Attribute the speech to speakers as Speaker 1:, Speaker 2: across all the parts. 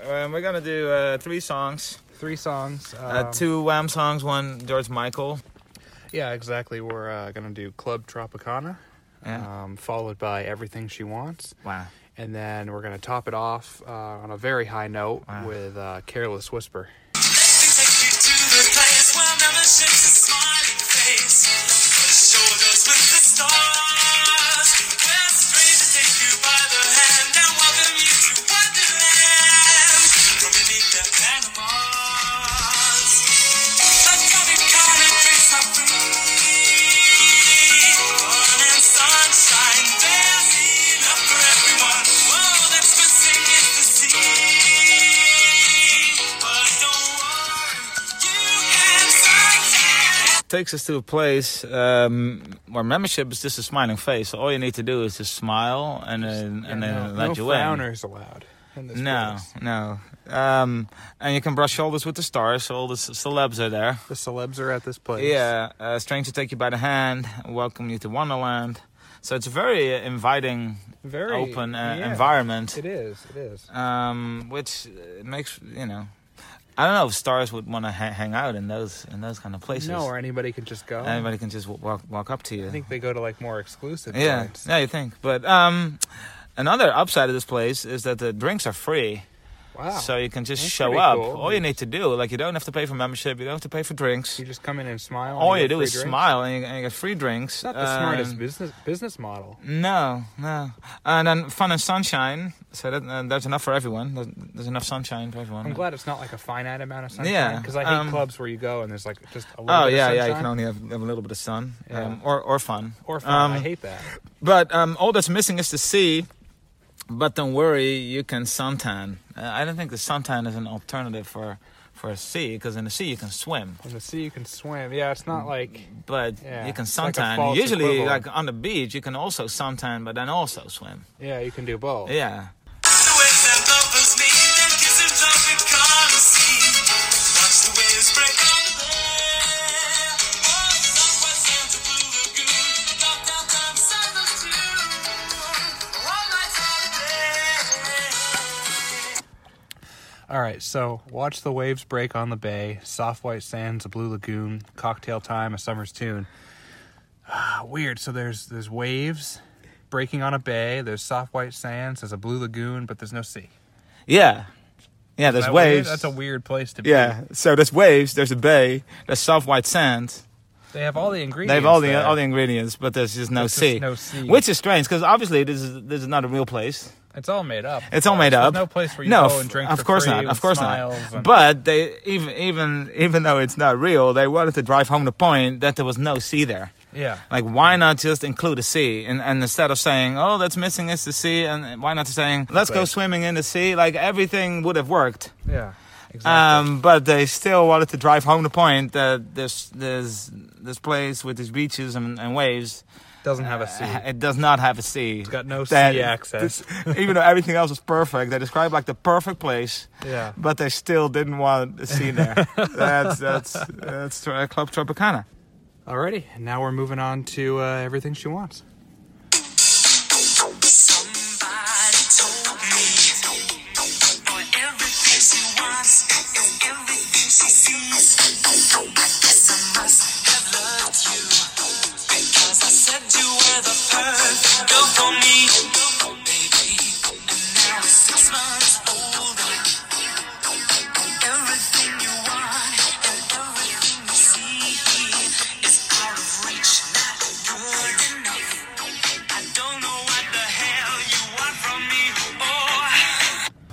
Speaker 1: Um, we're gonna do uh, three songs,
Speaker 2: Three songs. Um,
Speaker 1: uh, two Wham songs, one George Michael.
Speaker 2: Yeah, exactly. We're uh, gonna do Club Tropicana,
Speaker 1: Yeah.
Speaker 2: um, followed by Everything She Wants,
Speaker 1: Wow.
Speaker 2: and then we're gonna top it off uh, on a very high note
Speaker 1: Wow.
Speaker 2: with uh, Careless Whisper.
Speaker 3: Sunshine, there's enough for everyone. Whoa, that's missing is the sea. But don't worry, you can search it.
Speaker 1: Takes us to a place um, where membership is just a smiling face. So all you need to do is just smile and then and
Speaker 2: Yeah,
Speaker 1: then
Speaker 2: no,
Speaker 1: let
Speaker 2: no
Speaker 1: you in.
Speaker 2: frowners allowed. In this
Speaker 1: No,
Speaker 2: place.
Speaker 1: no. Um, and you can brush shoulders with the stars. So all the c- celebs are there.
Speaker 2: the celebs are at this place.
Speaker 1: Yeah, uh, stranger take you by the hand, welcome you to Wonderland. So it's a very uh, inviting,
Speaker 2: very
Speaker 1: open uh,
Speaker 2: yeah.
Speaker 1: environment,
Speaker 2: It is. It is.
Speaker 1: um, which uh, makes you know. I don't know if stars would want to ha- hang out in those in those kind of places.
Speaker 2: No, or anybody can just go.
Speaker 1: Anybody can just w- walk walk up to you.
Speaker 2: I think they go to like more exclusive.
Speaker 1: yeah,
Speaker 2: joints.
Speaker 1: yeah, you think. But um, another upside of this place is that the drinks are free.
Speaker 2: Wow.
Speaker 1: So you can just
Speaker 2: Ah. That's
Speaker 1: show
Speaker 2: pretty
Speaker 1: up.
Speaker 2: cool.
Speaker 1: All you need to do, like, you don't have to pay for membership. You don't have to pay for drinks.
Speaker 2: you just come in and smile. and
Speaker 1: All
Speaker 2: get
Speaker 1: you do
Speaker 2: free
Speaker 1: is
Speaker 2: drinks?
Speaker 1: smile and you, and you get free drinks.
Speaker 2: It's not the smartest
Speaker 1: Um,
Speaker 2: business business model.
Speaker 1: No, no. And then fun and sunshine. So that, uh, there's enough for everyone. There's, there's enough sunshine for everyone.
Speaker 2: I'm glad it's not like a finite amount of sunshine.
Speaker 1: Mm-hmm. Yeah,
Speaker 2: Because I hate
Speaker 1: um,
Speaker 2: clubs where you go and there's like just a little
Speaker 1: Oh
Speaker 2: bit
Speaker 1: yeah, yeah.
Speaker 2: of sunshine.
Speaker 1: You can only have, have a little bit of sun,
Speaker 2: Yeah.
Speaker 1: um, or or fun.
Speaker 2: or fun. I
Speaker 1: Um,
Speaker 2: hate that.
Speaker 1: But um, all that's missing is the sea. But don't worry, you can suntan. Uh, I don't think the suntan is an alternative for for a sea because in the sea you can swim,
Speaker 2: In the sea, you can swim. Yeah, it's not like
Speaker 1: but
Speaker 2: Yeah,
Speaker 1: you can
Speaker 2: it's like a
Speaker 1: suntan.
Speaker 2: false
Speaker 1: Usually,
Speaker 2: equivalent.
Speaker 1: like on the beach, you can also suntan, but then also swim.
Speaker 2: yeah, you can do both.
Speaker 1: Yeah.
Speaker 3: The way that lovers meet and kiss and love become a scene. Watch the waves break on the bay. Oh, Southwest Santa Blue Lagoon. Dock downtown beside the lagoon. One night's holiday.
Speaker 2: All right, so watch the waves break on the bay, soft white sands, a blue lagoon, cocktail time, a summer's tune. Ah, weird. So there's there's waves breaking on a bay. There's soft white sands. There's a blue lagoon, but there's no sea.
Speaker 1: Yeah. Yeah, there's
Speaker 2: That weird?
Speaker 1: waves.
Speaker 2: That's a weird place to be.
Speaker 1: yeah, so there's waves, there's a bay, there's soft white sand.
Speaker 2: They have all the ingredients.
Speaker 1: They have all the
Speaker 2: there.
Speaker 1: all the ingredients, but there's just no
Speaker 2: There's just
Speaker 1: sea.
Speaker 2: no sea.
Speaker 1: Which is strange because obviously this is this is not a real place.
Speaker 2: It's all made up.
Speaker 1: It's all made
Speaker 2: There's
Speaker 1: up.
Speaker 2: No place where you
Speaker 1: No,
Speaker 2: go
Speaker 1: f-
Speaker 2: and drink.
Speaker 1: Of
Speaker 2: for
Speaker 1: course
Speaker 2: free
Speaker 1: not.
Speaker 2: with
Speaker 1: Of course
Speaker 2: smiles
Speaker 1: not.
Speaker 2: and-
Speaker 1: But they even even even though it's not real, they wanted to drive home the point that there was no sea there.
Speaker 2: yeah,
Speaker 1: Like why not just include a sea and, and instead of saying oh that's missing is the sea and why not saying let's go
Speaker 2: Right.
Speaker 1: swimming in the sea like everything would have worked.
Speaker 2: yeah, exactly.
Speaker 1: Um, but they still wanted to drive home the point that this this this place with these beaches and, and waves,
Speaker 2: Doesn't have a sea.
Speaker 1: uh, it does not have a sea. It's
Speaker 2: got no sea access.
Speaker 1: even though everything else was perfect, they described like the perfect place,
Speaker 2: yeah.
Speaker 1: but they still didn't want a sea there. that's that's that's uh, Club Tropicana.
Speaker 2: Alrighty, and now we're moving on to uh, everything she wants.
Speaker 3: Somebody told me, boy, everything she wants is everything she sees. I guess I must have loved you because I said you were the perfect girl for me, baby. And now it's six months older. Everything you want and everything you see is out of reach, not good enough. I don't know what the hell you want from me. Oh,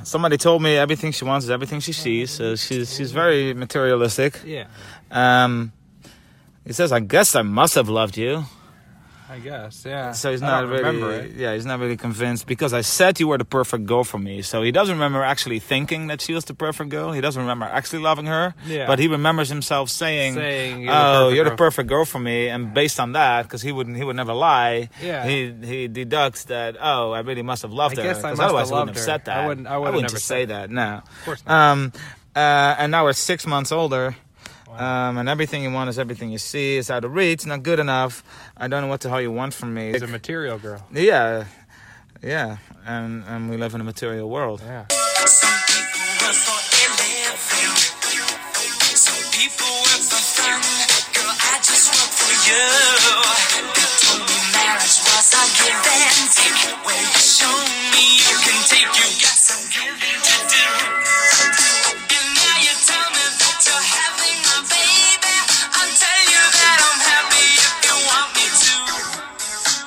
Speaker 1: Somebody told me everything she wants is everything she sees. So she's she's very materialistic.
Speaker 2: Yeah,
Speaker 1: Um, he says, "I guess I must have loved you."
Speaker 2: I guess. Yeah.
Speaker 1: So he's
Speaker 2: I
Speaker 1: not
Speaker 2: don't remember
Speaker 1: really, yeah, he's not really convinced because I said you were the perfect girl for me. So he doesn't remember actually thinking that she was the perfect girl. He doesn't remember actually loving her.
Speaker 2: Yeah.
Speaker 1: But he remembers himself saying,
Speaker 2: Saying, "You're the
Speaker 1: "Oh,
Speaker 2: perfect
Speaker 1: you're the
Speaker 2: girl."
Speaker 1: perfect girl for me." And based on that, because he wouldn't, he would never lie.
Speaker 2: Yeah.
Speaker 1: He he deducts that. Oh, I really must have loved
Speaker 2: I
Speaker 1: her.
Speaker 2: guess I
Speaker 1: 'cause
Speaker 2: must have
Speaker 1: otherwise I
Speaker 2: loved
Speaker 1: wouldn't have
Speaker 2: her.
Speaker 1: said that.
Speaker 2: I wouldn't- I would've never
Speaker 1: just
Speaker 2: said
Speaker 1: say that. No.
Speaker 2: Of course not.
Speaker 1: Um, uh, and now we're six months older. Um, and everything you want is everything you see. It's out of reach, not good enough. I don't know what the hell you want from me.
Speaker 2: He's a material girl.
Speaker 1: Yeah, yeah, and and we live in a material world.
Speaker 2: Yeah.
Speaker 3: some people were so you. Told me marriage was a give and take. When you show me you can take, you got some giving to do. And now you tell me that you're having a baby. I tell you that I'm happy if you want me to.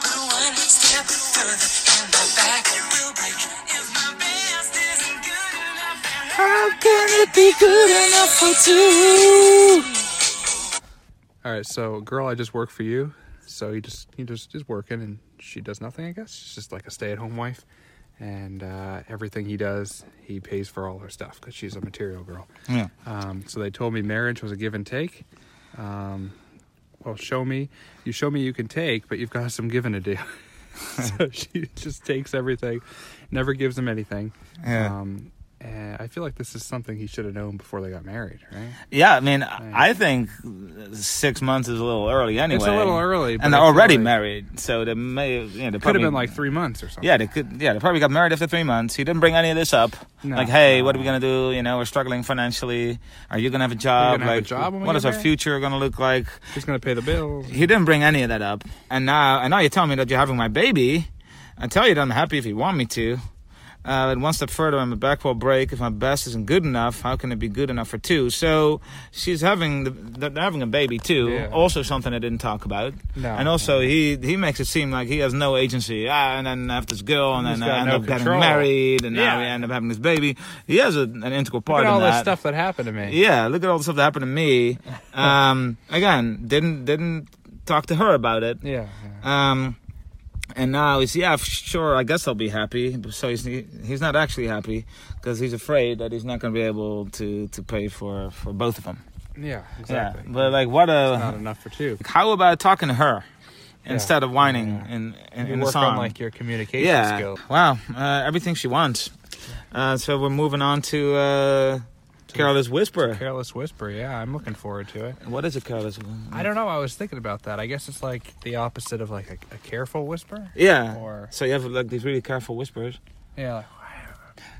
Speaker 3: But one step further and my back will break. If my best isn't good enough, then how can it be good enough for two?
Speaker 2: All right, so girl, I just work for you. So he just he just is working, and she does nothing. I guess she's just like a stay-at-home wife, and uh, everything he does, he pays for all her stuff because she's a material girl.
Speaker 1: Yeah.
Speaker 2: Um, so they told me marriage was a give and take. Um, well, show me you show me you can take, but you've got some giving to do. so she just takes everything, never gives him anything.
Speaker 1: Yeah.
Speaker 2: Um, and I feel like this is something he should have known before they got married, right?
Speaker 1: Yeah, I mean, I think six months is a little early anyway.
Speaker 2: little early, but
Speaker 1: and they're
Speaker 2: I feel
Speaker 1: already
Speaker 2: like-
Speaker 1: married, so they may. You know, they
Speaker 2: Could
Speaker 1: probably-
Speaker 2: have been like three months or something.
Speaker 1: Yeah, they could. Yeah, they probably got married after three months. He didn't bring any of this up.
Speaker 2: No.
Speaker 1: Like, hey, what are we gonna do? You know, we're struggling financially. Are you gonna have a job?
Speaker 2: gonna have a
Speaker 1: like,
Speaker 2: job when we
Speaker 1: what
Speaker 2: get
Speaker 1: is our
Speaker 2: married?
Speaker 1: future gonna look like?
Speaker 2: Who's gonna pay the bills?
Speaker 1: He didn't bring any of that up. And now, and now you're telling me that you're having my baby. I tell you that I'm happy if you want me to. Uh, and one step further, I'm a back will break. If my best isn't good enough, how can it be good enough for two? So she's having the, they're having a baby too.
Speaker 2: Yeah.
Speaker 1: Also something I didn't talk about.
Speaker 2: No.
Speaker 1: And also he he makes it seem like he has no agency. Ah, and then I have this girl, and
Speaker 2: He's
Speaker 1: then
Speaker 2: got
Speaker 1: I end
Speaker 2: no
Speaker 1: up
Speaker 2: control.
Speaker 1: getting married, and now
Speaker 2: Yeah.
Speaker 1: we end up having this baby. He has a, an integral part
Speaker 2: Look at
Speaker 1: in
Speaker 2: all
Speaker 1: that.
Speaker 2: this stuff that happened to me.
Speaker 1: Yeah, look at all the stuff that happened to me. Um, again, didn't didn't talk to her about it.
Speaker 2: Yeah. yeah.
Speaker 1: Um, and now he's yeah, f- sure. I guess I'll be happy. But So he's he's not actually happy because he's afraid that he's not going to be able to to pay for for both of them.
Speaker 2: Yeah, exactly.
Speaker 1: Yeah, but like what a
Speaker 2: Not enough for two.
Speaker 1: how about talking to her
Speaker 2: Yeah.
Speaker 1: instead of whining
Speaker 2: Yeah.
Speaker 1: in in,
Speaker 2: You
Speaker 1: in the
Speaker 2: work
Speaker 1: song?
Speaker 2: on like your communication
Speaker 1: yeah.
Speaker 2: skill.
Speaker 1: Wow. Uh, everything she wants. Uh, so we're moving on to uh, Careless Whisper.
Speaker 2: Careless whisper. Yeah, I'm looking forward to it.
Speaker 1: What is a careless?
Speaker 2: I don't know. I was thinking about that. I guess it's like the opposite of like a, a careful whisper.
Speaker 1: Yeah.
Speaker 2: Or-
Speaker 1: so you have like these really careful whispers,
Speaker 2: Yeah. Like,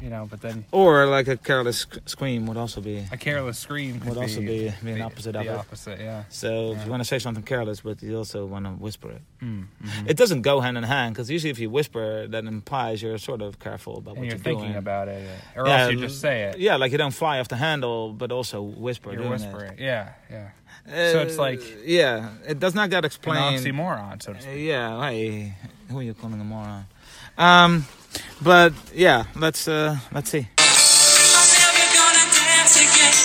Speaker 2: you know, but then
Speaker 1: or like a careless sc- scream would also be.
Speaker 2: a careless scream could
Speaker 1: Would also be- be an
Speaker 2: the-
Speaker 1: opposite
Speaker 2: the
Speaker 1: of it.
Speaker 2: opposite. Yeah.
Speaker 1: So if you want to say something careless, but you also want to whisper it.
Speaker 2: Hmm.
Speaker 1: It doesn't go hand in hand because usually if you whisper, that implies you're sort of careful about
Speaker 2: And
Speaker 1: what
Speaker 2: you're
Speaker 1: you're,
Speaker 2: thinking
Speaker 1: doing.
Speaker 2: about it, or
Speaker 1: Yeah,
Speaker 2: else you just say it.
Speaker 1: Yeah, like you don't fly off the handle, but also whisper.
Speaker 2: You're
Speaker 1: doing
Speaker 2: whispering. Yeah. Yeah.
Speaker 1: It.
Speaker 2: So it's like-
Speaker 1: Uh, yeah, it does not get
Speaker 2: An
Speaker 1: explained.
Speaker 2: oxymoron, so to
Speaker 1: Uh,
Speaker 2: speak.
Speaker 1: yeah, hey, who are you calling a moron? Um, but yeah, let's uh, let's see.
Speaker 3: I'm never gonna dance again.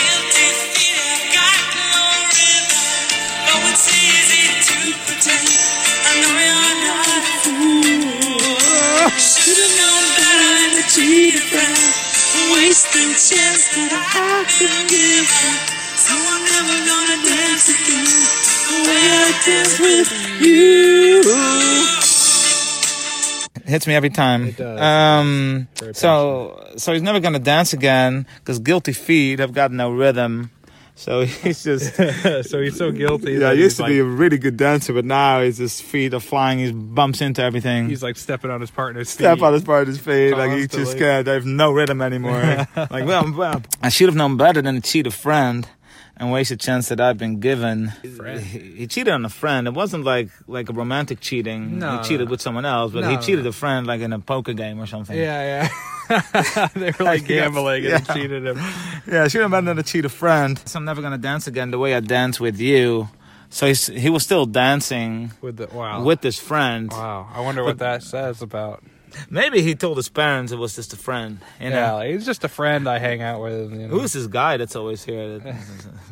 Speaker 3: Guilty feet have got no rhythm. Though it's easy to pretend. I know you're not a fool. Should've known better than to cheat a friend. A wasted chance that I could give her. So I'm never gonna dance again. The way I dance with you.
Speaker 1: hits me every time.
Speaker 2: It does.
Speaker 1: Um,
Speaker 2: Very
Speaker 1: so so he's never gonna dance again because guilty feet have got no rhythm. So he's just
Speaker 2: so he's so guilty.
Speaker 1: yeah.
Speaker 2: that
Speaker 1: He
Speaker 2: he's
Speaker 1: used to
Speaker 2: like,
Speaker 1: be a really good dancer, but now his his feet are flying. He bumps into everything.
Speaker 2: He's like stepping on his partner's
Speaker 1: Step
Speaker 2: feet.
Speaker 1: out of part of his feet, like he's too
Speaker 2: Constantly.
Speaker 1: scared. I have no rhythm anymore. like, well, well, I should have known better than to cheat a friend and waste a chance that I've been given.
Speaker 2: Friend.
Speaker 1: He, he cheated on a friend. It wasn't like like a romantic cheating.
Speaker 2: No,
Speaker 1: he cheated
Speaker 2: no.
Speaker 1: with someone else, but
Speaker 2: No,
Speaker 1: he
Speaker 2: no,
Speaker 1: cheated
Speaker 2: no.
Speaker 1: a friend like in a poker game or something.
Speaker 2: Yeah, yeah. they were like gambling and
Speaker 1: Yeah.
Speaker 2: cheated him.
Speaker 1: Yeah, I should have been there to cheat a friend. So I'm never gonna dance again the way I danced with you. So he's, he was still dancing
Speaker 2: With the wow.
Speaker 1: with this friend.
Speaker 2: wow. I wonder what that says about.
Speaker 1: Maybe he told his parents it was just a friend. You know,
Speaker 2: Yeah, like, he's just a friend I hang out with. You know?
Speaker 1: who's this guy that's always here that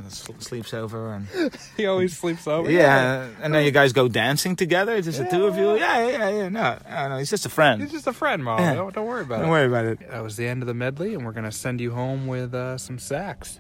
Speaker 1: s- sleeps over and
Speaker 2: he always sleeps over.
Speaker 1: yeah, and then you guys go dancing together, just the two of you. Yeah, yeah, yeah. No, no, no he's just a friend.
Speaker 2: He's just a friend, mom.
Speaker 1: Yeah.
Speaker 2: Don't, don't worry about
Speaker 1: Don't
Speaker 2: it.
Speaker 1: worry about it.
Speaker 2: That was the end of the medley, and we're gonna send you home with uh, some sax.